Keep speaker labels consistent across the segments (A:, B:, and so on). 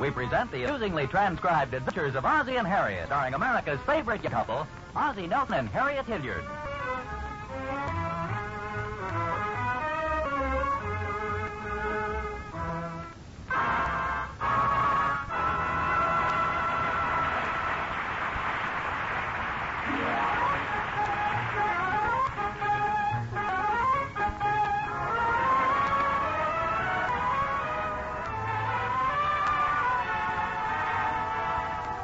A: we present the amusingly transcribed adventures of Ozzie and Harriet, starring America's favorite couple, Ozzie Nelson and Harriet Hilliard.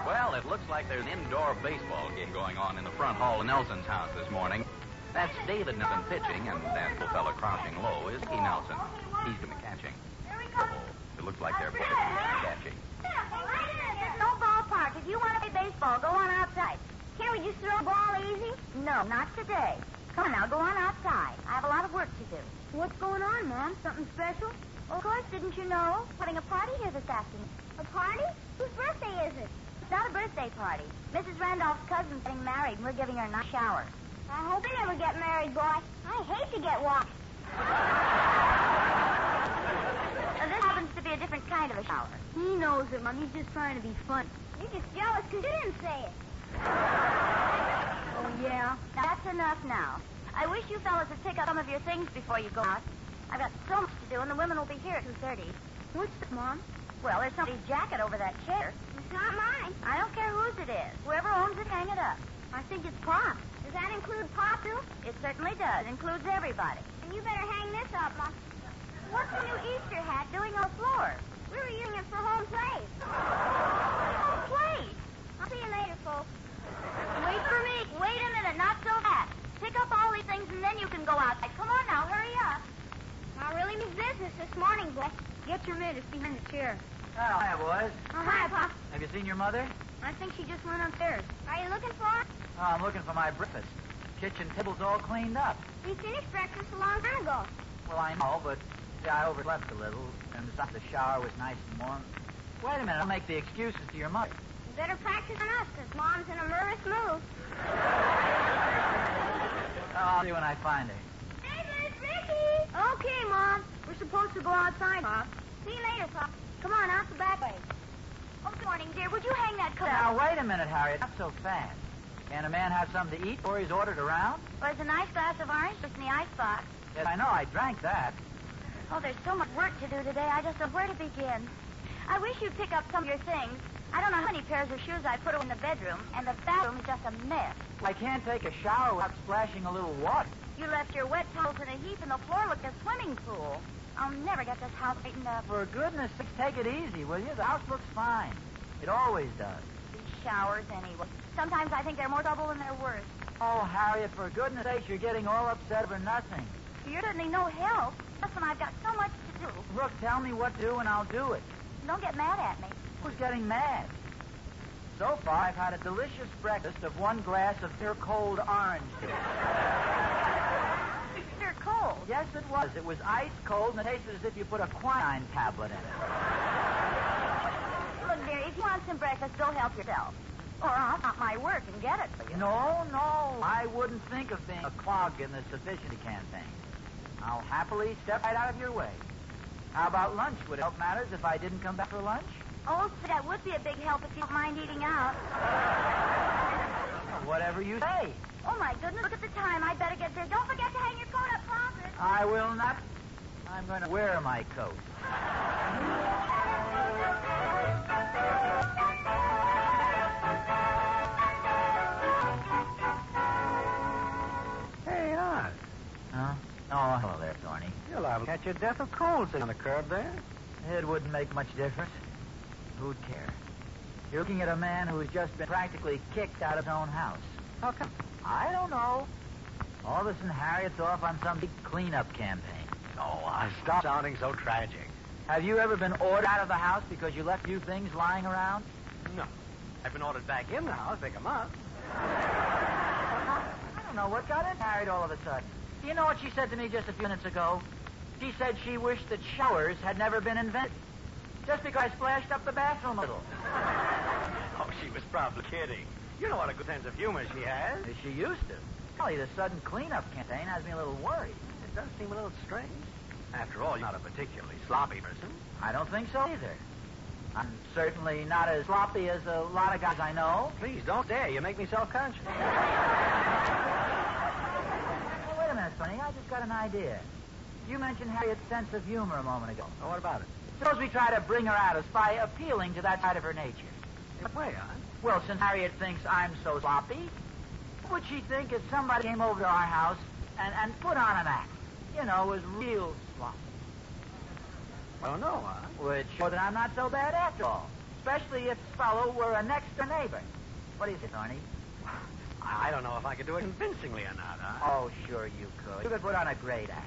A: Well, it looks like there's an indoor baseball game going on in the front hall of Nelson's house this morning. That's David Nelson pitching, and that little fella crouching low is Key Nelson. He's going to be catching. Oh, it looks like they're both catching.
B: There's no ballpark. If you want to play baseball, go on outside. Can we just throw a ball easy? No, not today. Come on now, go on outside. I have a lot of work to do. What's going on, Mom? Something special? Of course, didn't you know? Having a party here this afternoon. A party? Whose birthday is it? It's not a birthday party. Mrs. Randolph's cousin's getting married, and we're giving her a nice shower. I hope they never get married, boy. I hate to get washed. Now, this happens to be a different kind of a shower. He knows it, Mom. He's just trying to be fun. You're just jealous because you didn't say it. Oh, yeah? Now, that's enough now. I wish you fellas would pick up some of your things before you go out. I've got so much to do, and the women will be here at 2.30. What's this, Mom? Well, there's somebody's jacket over that chair. It's not mine. I don't care whose it is. Whoever owns it, hang it up. I think it's Pop. Does that include Pop, too? It certainly does. It includes everybody. And you better hang this up, Mom. What's the new Easter hat doing on the floor? We were using it for home plate. Home plate? I'll see you later, folks. Wait for me. Wait a minute. Not so fast. Pick up all these things and then you can go outside. Come on now. Hurry up. I really mean business this morning, boy. Get your mitt. It's behind the chair.
A: Oh, hi, boys.
B: Oh, hi, Pop.
A: Have you seen your mother?
B: I think she just went upstairs. Are you looking for her?
A: Oh, I'm looking for my breakfast. Kitchen table's all cleaned up.
B: We finished breakfast a long time ago.
A: Well, I know, but see, I overslept a little, and besides, the shower was nice and warm. Wait a minute, I'll make the excuses to your mother.
B: You better practice on us, because Mom's in a nervous mood.
A: Oh, I'll see when I find her.
B: David, Ricky! Okay, Mom. We're supposed to go outside, Pop. See you later, Pop. Come on, out the back way. Oh, good morning, dear. Would you hang that coat?
A: Now, wait a minute, Harriet. Not so fast. Can a man have something to eat before he's ordered around?
B: There's a nice glass of orange juice in the icebox.
A: Yes, I know. I drank that.
B: Oh, there's so much work to do today. I just don't know where to begin. I wish you'd pick up some of your things. I don't know how many pairs of shoes I put in the bedroom, and the bathroom is just a mess.
A: I can't take a shower without splashing a little water.
B: You left your wet towels in a heap, and the floor looked a swimming pool. I'll never get this house straightened up.
A: For goodness sakes, take it easy, will you? The house looks fine. It always does.
B: These showers, anyway. Sometimes I think they're more trouble than they're worth.
A: Oh, Harriet, for goodness sakes, you're getting all upset over nothing.
B: You're certainly no help. Listen, I've got so much to do.
A: Look, tell me what to do and I'll do it.
B: Don't get mad at me.
A: Who's getting mad? So far, I've had a delicious breakfast of one glass of pure cold orange juice.
B: You're cold.
A: Yes, it was. It was ice cold and it tasted as if you put a quinine tablet in it.
B: Look, dear, if you want some breakfast, go help yourself. Or I'll stop my work and get it for you.
A: No, no, I wouldn't think of being a clog in the sufficiency campaign. I'll happily step right out of your way. How about lunch? Would it help matters if I didn't come back for lunch?
B: Oh, so that would be a big help if you don't mind eating out.
A: Well, Whatever you say.
B: Oh, my goodness, look at the time. I'd better get there. Don't forget to hang your coat up, Father.
A: I will not. I'm going to wear my coat.
C: Hey, Oz.
A: Huh? Oh, hello there, Thorny.
C: You're liable to catch your death of cold sitting on the curb there.
A: It wouldn't make much difference. Who'd care? You're looking at a man who's just been practically kicked out of his own house.
C: How come?
A: I don't know. All this and Harriet's off on some big cleanup campaign.
C: Oh, Oz, stop sounding so tragic.
A: Have you ever been ordered out of the house because you left a few things lying around?
C: No. I've been ordered back in the house. They come up.
A: I don't know what got into Harriet all of a sudden. Do you know what she said to me just a few minutes ago? She said she wished that showers had never been invented. Just because I splashed up the bathroom a little.
C: Oh, she was probably kidding. You know what a good sense of humor she has.
A: She used to. Golly, the sudden cleanup campaign has me a little worried.
C: It does seem a little strange. After all, you're not a particularly sloppy person.
A: I don't think so either.
D: I'm certainly not as sloppy as a lot of guys I know.
C: Please don't dare. You make me self-conscious.
D: Well, wait a minute, Sonny. I just got an idea. You mentioned Harriet's sense of humor a moment ago.
C: Oh, what about it?
D: Suppose we try to bring her out of us by appealing to that side of her nature.
C: What way, huh?
D: Well, since Harriet thinks I'm so sloppy, what would she think if somebody came over to our house and, and put on an act? You know, was real sloppy.
C: Well, no, huh?
D: Which showed that I'm not so bad after all. Especially if this fellow were a next door neighbor. What do you think, Arnie?
C: I I don't know if I could do it convincingly or not, huh?
D: Oh, sure you could. You could put on a great act.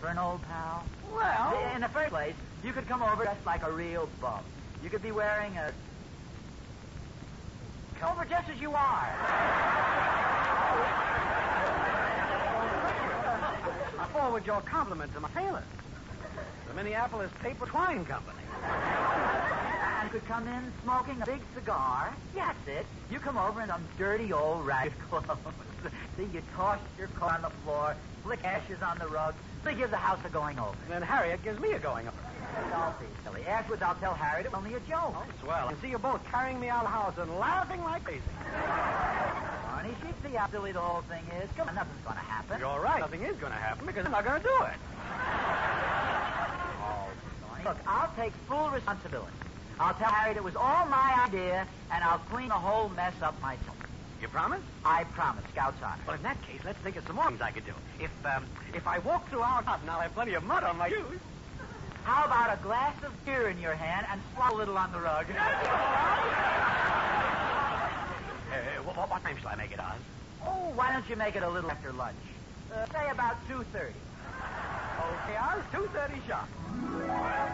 D: For an old pal.
C: well.
D: In the first place, you could come over dressed like a real bum. You could be wearing a. Come over just as you are.
C: I forward your compliment to my tailor, the Minneapolis Paper Twine Company.
D: And could come in smoking a big cigar. Yes, it. You come over in some dirty old ragged clothes. See, you toss your coat on the floor, flick ashes on the rug. They give the house a going over.
C: And then Harriet gives me a going over.
D: Don't be silly. Afterwards, I'll tell Harry it was only a joke.
C: Oh, swell. And see you both carrying me out of the house and laughing like crazy.
D: Arnie, she see how silly the whole thing is. Come on, nothing's going to happen.
C: You're right. Nothing is going to happen because I'm not going to do it.
D: Oh, Sonny. Look, I'll take full responsibility. I'll tell Harriet it was all my idea, and I'll clean the whole mess up myself.
C: You promise?
D: I promise, Scout's honor.
C: Well, in that case, let's think of some more things I could do. If um, if I walk through our garden, I'll have plenty of mud on my shoes.
D: How about a glass of beer in your hand and swallow a little on the rug?
C: Uh, what, what time shall I make it on?
D: oh, why don't you make it a little after lunch? Uh, say about 2.30.
C: Okay, hours, 2.30 sharp.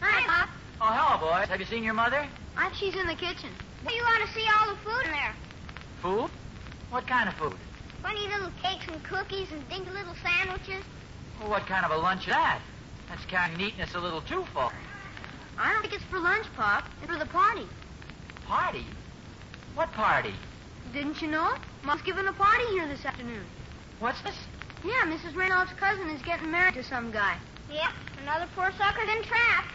E: Hi, Pop.
D: Oh, hello, boys. Have you seen your mother?
E: I think she's in the kitchen. You ought to see all the food in there.
D: Food? What kind of food?
E: Funny little cakes and cookies and dinky little sandwiches.
D: Well, what kind of a lunch is that? That's kind of neatness a little too far.
E: I don't think it's for lunch, Pop. It's for the party.
D: Party? What party?
E: Didn't you know? Mom's giving a party here this afternoon.
D: What's this?
E: Yeah, Mrs. Reynolds' cousin is getting married to some guy. Yeah, another poor sucker's been trapped.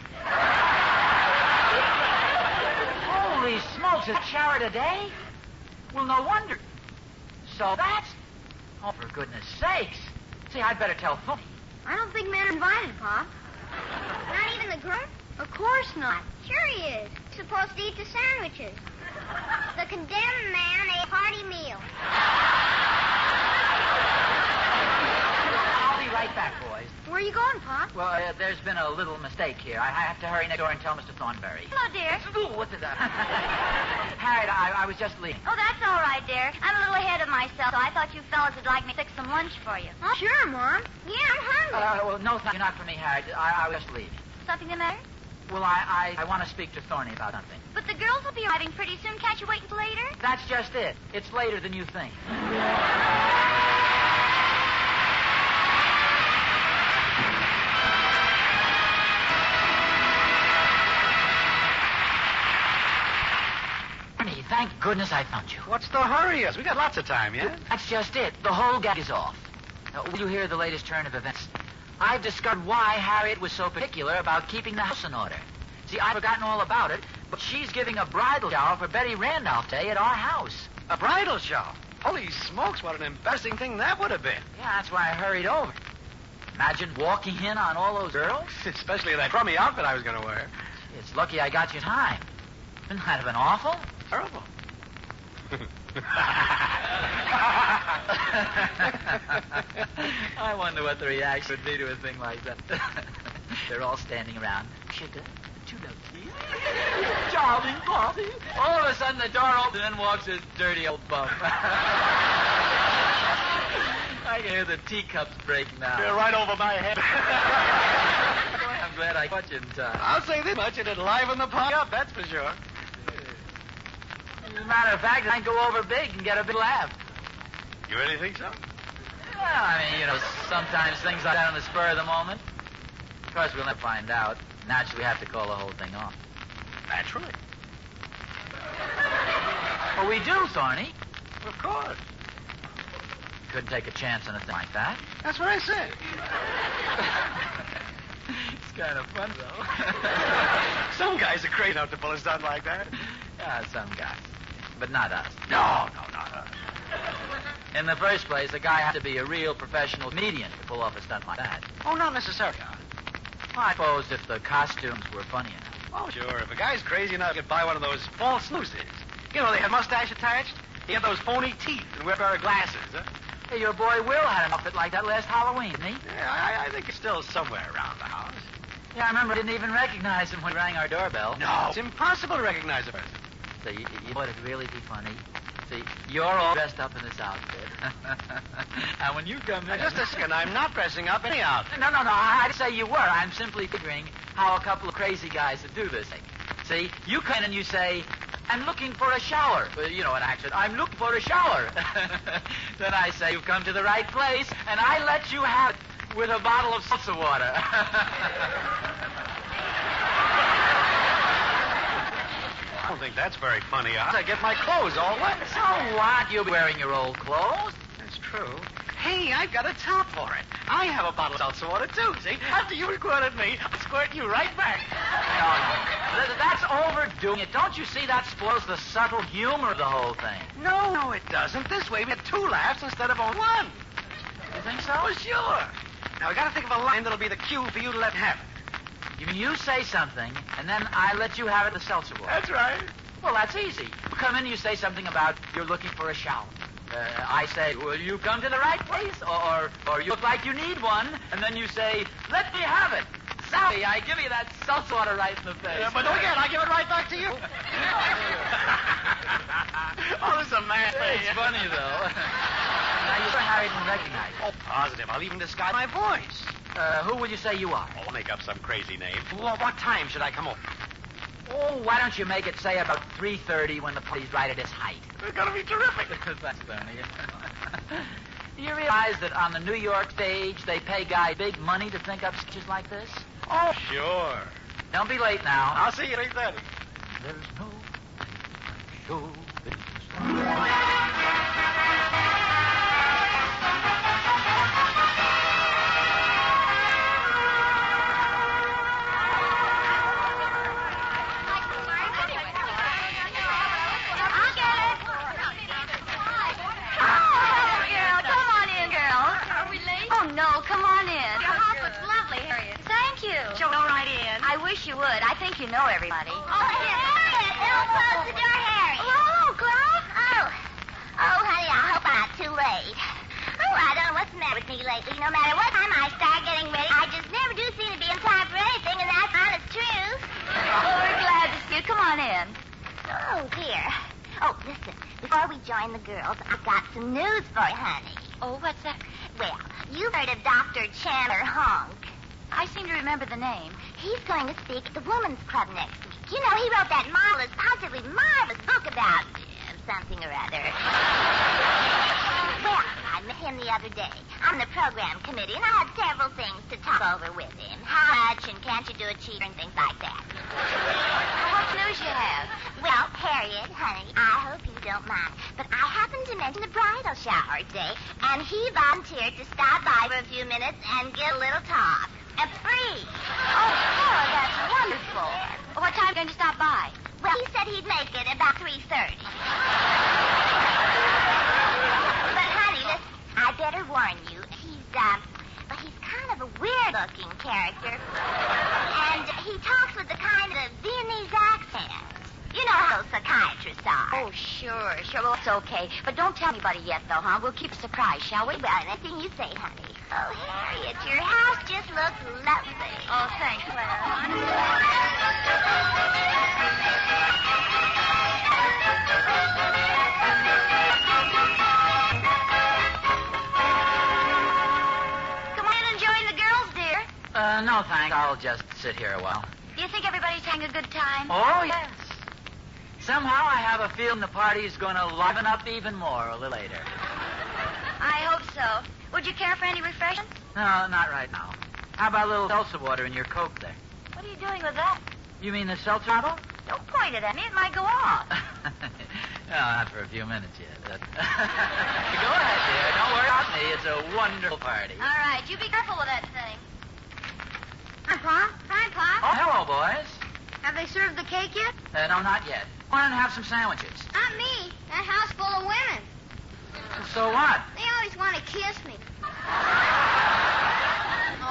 D: Holy smokes, is that shower today? Well, no wonder. So that's... Oh, for goodness sakes. See, I'd better tell Phil.
E: I don't think men are invited, Pop. Not even the grunt? Of course not. Sure he is. Supposed to eat the sandwiches. The condemned man ate a hearty meal.
D: I'll be right back, boys.
E: Where are you going, Pop?
D: Well, uh, there's been a little mistake here. I I have to hurry next door and tell Mr. Thornberry.
B: Hello, dear.
D: Ooh, what did that? Harriet, I, I was just leaving.
B: Oh, that's all right, dear. I'm a little ahead of myself, so I thought you fellas would like me to fix some lunch for you.
E: Oh, sure, Mom. Yeah, I'm hungry.
D: Uh, well, no, thank you. Not for me, Harriet. I, I was just leaving.
B: Something the matter?
D: Well, I, I, I want to speak to Thorny about something.
B: But the girls will be arriving pretty soon. Can't you wait until later?
D: That's just it. It's later than you think. Thorny, thank goodness I found you.
C: What's the hurry? Yes, we got lots of time, yeah?
D: That's just it. The whole gag is off. Now, will you hear the latest turn of events? I've discovered why Harriet was so particular about keeping the house in order. See, I've forgotten all about it, but she's giving a bridal shower for Betty Randolph Day at our house.
C: A bridal shower. Holy smokes, what an embarrassing thing that would have been.
D: Yeah, that's why I hurried over. Imagine walking in on all those girls.
C: Especially that crummy outfit I was going to wear.
D: It's lucky I got you in time. Wouldn't that have been awful?
C: Terrible.
D: I wonder what the reaction would be to a thing like that. They're all standing around. Sugar, two milky, darling, Bobby. All of a sudden, the door opens and in walks this dirty old bum. I can hear the teacups break now.
C: You're right over my head.
D: Boy, I'm glad I caught you in time.
C: I'll say this much, it'd liven the party up, that's for sure.
D: As a matter of fact, I can go over big and get a big laugh.
C: You really think so?
D: Well, I mean, you know, sometimes things like that on the spur of the moment. Of course, we'll never find out. Naturally, we have to call the whole thing off.
C: Naturally.
D: Well, we do, Thorny.
C: Of course.
D: Couldn't take a chance on a thing like that.
C: That's what I said.
D: it's kind of fun, though.
C: Some guys are crazy enough to pull us down like that.
D: yeah, Ah, some guys. But not us.
C: No, no, not us.
D: In the first place, a guy has to be a real professional comedian to pull off a stunt like that.
C: Oh, not necessarily.
D: Well, I suppose if the costumes were funny enough.
C: Oh, sure. If a guy's crazy enough to buy one of those false nooses, you know, they have mustache attached, they have those phony teeth and wear a pair of glasses. Huh?
D: Hey, your boy Will had an outfit like that last Halloween, didn't he?
C: Yeah, I, I think it's still somewhere around the house.
D: Yeah, I remember. I didn't even recognize him when he rang our doorbell.
C: No. Oh, It's impossible to recognize a person.
D: So you, you know it'd really be funny. See, you're all dressed up in this outfit. and when you come
C: Now,
D: in...
C: just a second. I'm not dressing up any outfit.
D: No, no, no. I, I didn't say you were. I'm simply figuring how a couple of crazy guys would do this thing. See, you come in and you say, I'm looking for a shower. Well, you know, an accent. I'm looking for a shower. then I say, you've come to the right place, and I let you have it with a bottle of salsa water.
C: I don't think that's very funny. Huh? I get my clothes all wet.
D: so what? You'll be wearing your old clothes.
C: That's true. Hey, I've got a top for it. I have a bottle of seltzer water, too. See, after you squirted me, I squirt you right back.
D: No, no. Th- That's overdoing it. Don't you see that spoils the subtle humor of the whole thing?
C: No, no, it doesn't. This way we get two laughs instead of only one.
D: You think so?
C: Oh, sure. Now we gotta think of a line that'll be the cue for you to let happen.
D: You mean you say something, and then I let you have it the seltzer water?
C: right.
D: Well, that's easy. You come in, you say something about you're looking for a shower. Uh, I say, will you come to the right place? Or, or, or you look like you need one. And then you say, let me have it. Sally, I give you that seltz water right in the face.
C: but don't forget, I give it right back to you. oh, this is a mad thing.
D: It's funny, though. now, you sure Harry didn't recognize you.
C: Oh, positive. I'll even disguise my voice.
D: Uh, who will you say you are?
C: Oh, I'll make up some crazy name. What, what time should I come over?
D: Oh, why don't you make it, say, about 3.30 when the party's right at its height?
C: It's gonna be terrific.
D: That's funny. Do you realize that on the New York stage, they pay guys big money to think up sketches like this?
C: Oh, sure.
D: Don't be late now.
C: I'll see you at 8.30.
D: There's no show business.
E: I'll get it.
B: Oh, girl, come on in, girl.
E: Are we late?
B: Oh, no, come on in.
E: Your outfit's lovely, Harriet.
B: Thank you.
E: Go right in.
B: I wish you would. I think you know everybody.
E: Oh, Harriet, it'll close the door, Harriet.
B: Hello, Clara.
E: Oh. Oh, honey, I hope I'm not too late. Oh, I don't know what's the matter with me lately. No matter what time I start getting ready, I just never do seem to be in time for anything, and that's honest truth.
B: Oh, we're glad to see you. Come on in.
E: Oh, dear. Oh, listen, before we join the girls, I've got some news for you, honey.
B: Oh, what's that?
E: Well, you've heard of Dr. Chandler Honk.
B: I seem to remember the name.
E: He's going to speak at the Woman's Club next week. You know, he wrote that marvelous, positively marvelous book about uh, something or other. well, I met him the other day. I'm the program committee, and I had several things to talk over with him. How much, and can't you do a cheater, and things like that.
B: What news you have?
E: Well, Harriet, honey, I hope you don't mind, but I happened to mention the bridal shower day, and he volunteered to stop by for a few minutes and get a little talk. Uh, free.
B: Oh, Clara, that's wonderful. What time are you going to stop by?
E: Well, he said he'd make it about 3.30. but, honey, listen, I better warn you, he's, uh, but he's kind of a weird-looking character. And he talks with the kind of Viennese accent. You know how those psychiatrists are.
B: Oh, sure, sure. Well, it's okay. But don't tell anybody yet, though, huh? We'll keep a surprise, shall we?
E: Well, anything you say, honey. Oh, Harriet, your house just looks lovely.
B: Oh, thanks, Clara. Come on in and join the girls, dear.
D: Uh, no, thanks. I'll just sit here a while.
B: Do you think everybody's having a good time?
D: Oh, yes. Somehow I have a feeling the party's going to liven up even more a little later.
B: I hope so. Would you care for any refreshments?
D: No, not right now. How about a little seltzer water in your coke there?
B: What are you doing with that?
D: You mean the seltzer bottle?
B: Don't point it at me. It might go off.
D: No, not for a few minutes yet. But... Go ahead, dear. Don't worry about me. It's a wonderful party.
E: All right, you be careful with that thing.
B: Hi, Pa.
E: Hi, Pop.
D: Oh, hello, boys.
B: Have they served the cake yet?
D: Uh, no, not yet. Why don't you have some sandwiches?
E: Not me. That house full of women.
D: So what?
E: They always want to kiss me.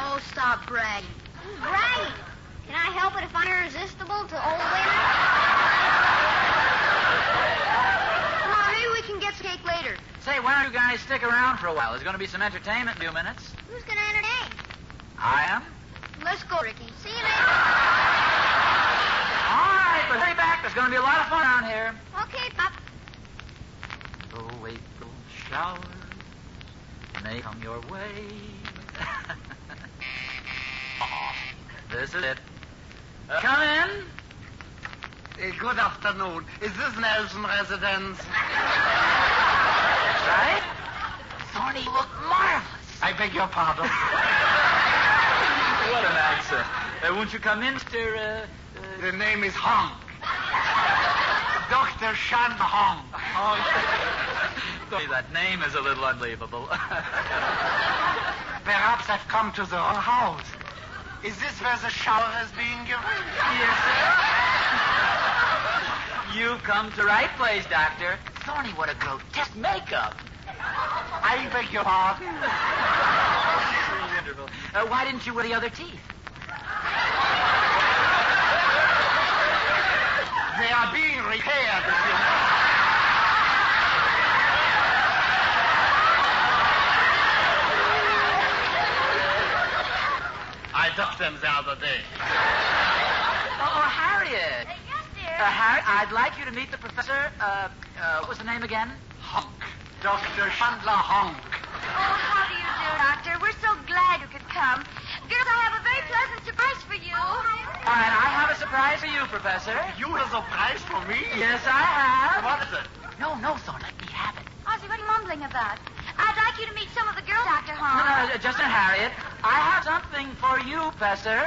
B: Oh, stop bragging.
E: Right. Can I help it if I'm irresistible to old women?
B: Well, maybe we can get some cake later.
D: Say, why don't you guys stick around for a while? There's going to be some entertainment in a few minutes.
E: Who's going to entertain?
D: I am.
B: Let's go, Ricky.
E: See you later.
D: All right, but hurry back. There's going to be a
C: Uh,
D: lot of fun around here.
E: Okay, Pop.
D: Oh, April showers may come your way. this is it. Uh, come in.
C: Eh, good afternoon. Is this Nelson residence?
D: Right? Thorny, you look marvelous.
C: I beg your pardon.
D: Uh, What an accent. Uh, won't you come in, Mr. Uh, uh,
C: the name is Hong. Dr. Shan Hong.
D: Thorny, that name is a little unbelievable.
C: Perhaps I've come to the wrong house. Is this where the shower is being given?
D: You've come to right place, Doctor. Thorny, what a grotesque makeup.
C: I beg your pardon.
D: Uh, why didn't you wear the other teeth?
C: They are being repaired. if you know. I took them the other day.
D: Oh, oh, Harriet.
E: Yes,
D: Uh, Harriet, I'd like you to meet the professor. Uh, uh, what was the name again?
C: Honk. Dr. Chandler Honk.
E: Oh, how do you do, Doctor? We're so glad you could come. Girls, I have a very pleasant surprise for you.
D: All right, I have a surprise for you, Professor.
C: You have a prize for me?
D: Yes, I have.
C: What is it?
D: No, no, Thorny, let me have it.
B: Ozzy, what are you mumbling about?
E: I'd like you to meet some of the girls, Dr.
D: No,
E: Holmes.
D: no, Justin, Harriet, I have something for you, Professor.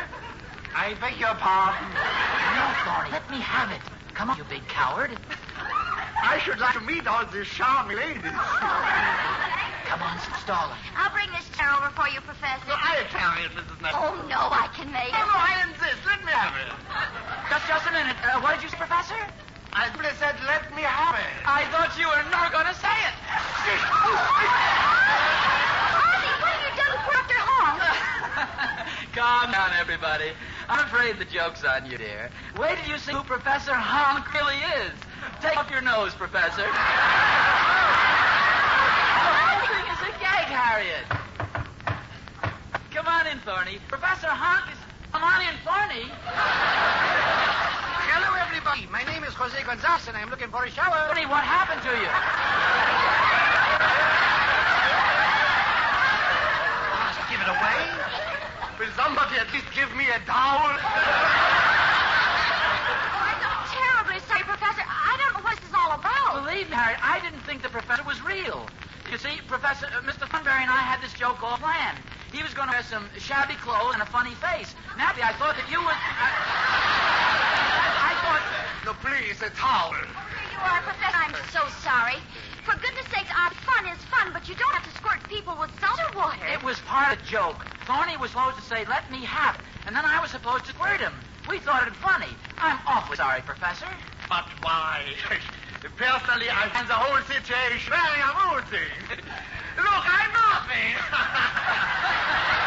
C: I beg your pardon.
D: No, Thorny, let me have it. Come on, you big coward.
C: I should like to meet all these charming ladies.
D: Come on, stop stalling.
E: I'll bring this chair over for you, Professor.
C: I carry it, Mrs. Nelson.
E: Oh, no, I can make
C: No,
E: it.
C: no, I insist. Let me have it.
D: Just, just a minute. Uh, what did you say, Professor?
C: I simply said, let me have it.
D: I thought you were never going to say it.
E: Ozzie, what have you done to Dr. Holmes?
D: Uh. Calm down, everybody. I'm afraid the joke's on you, dear. Wait till you see who Professor Honk really is. Take off your nose, Professor. the whole thing is a gag, Harriet. Come on in, Thorny. Professor Honk is. Come on in, Thorny.
C: Hello, everybody. My name is Jose Gonzalez, and I'm looking for a shower.
D: Thorny, what happened to you?
C: Give it away? Will somebody at least give me a towel?
E: Oh, I'm terribly sorry, Professor. I don't know what this is all about.
D: Believe me, Harriet, I didn't think the professor was real. You see, Professor, uh, Mr. Funberry and I had this joke all planned. He was going to wear some shabby clothes and a funny face. Naturally, I thought that you would. I, I thought.
C: No, please, a towel.
E: Here you are, Professor. I'm so sorry. For goodness sakes, our fun is fun, but you don't have to squirt people with seltzer water.
D: It was part of the joke. Thorny was supposed to say, let me have it. And then I was supposed to squirt him. We thought it funny. I'm awfully sorry, Professor.
C: But why? Personally, I find the whole situation very amusing. Look, I'm laughing.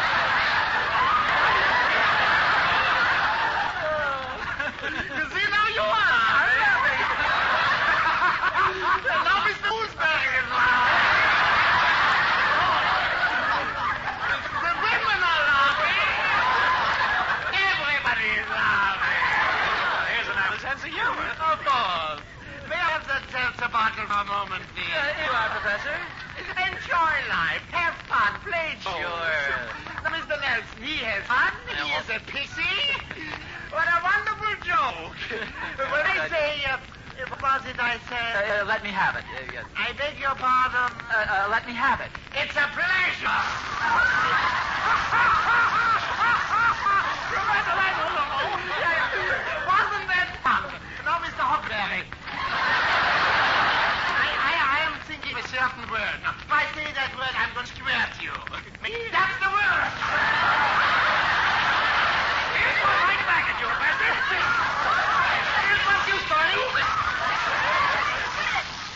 C: you see, now you are. I'm laughing. and now Mr. Gooseberry is laughing. the women are laughing. Everybody is laughing. Here's another sense of humor. Of course. May I have that seltzer bottle for a moment, please?
D: Uh, here you are, Professor. Uh,
C: Enjoy life. Have fun. Play
D: Sure.
C: Oh. Now, Mr. Nelson, he has fun. He is a pixie. What a wonderful joke. when I say, uh, what was it I
D: Uh,
C: said?
D: uh, let me have it. Uh, yes.
C: I beg your pardon.
D: uh, uh, let me have it.
C: It's a pleasure. Wasn't that fun? Now, Mr. Huckberry.
F: word. If I say that word, I'm going to squirt you. That's the word. Here's one right back at you, bastard. Here's what you started.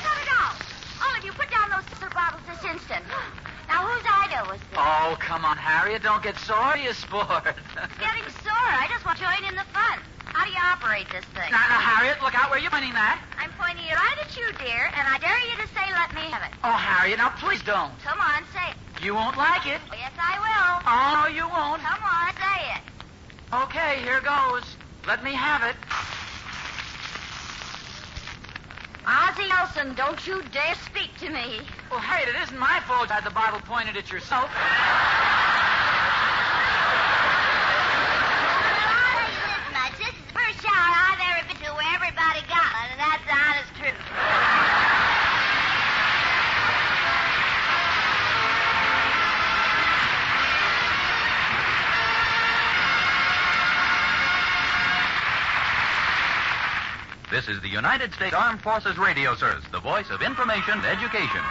E: Cut it out! All of you, put down those silver bottles this instant. Now, whose idea was this?
D: Oh, come on, Harriet. Don't get sore, you sport.
E: Getting sore. I just want to join in the fun. How do you operate this thing?
D: Now, now, Harriet, look out where you're pointing that.
E: I'm pointing it right at you, dear, and I dare you to say, let me have it.
D: Oh, Harriet, now please don't.
E: Come on, say it.
D: You won't like it.
E: Oh, yes, I will.
D: Oh, no, you won't.
E: Come on, say it.
D: Okay, here goes. Let me have it.
E: Ozzie Nelson, don't you dare speak to me.
D: Well, Harriet, it isn't my fault you had the bottle pointed at yourself.
G: I'll tell you this much. This is the first shower I've ever been to where everybody got one, and that's the honest truth.
A: This is the United States Armed Forces Radio Service, the voice of information and education.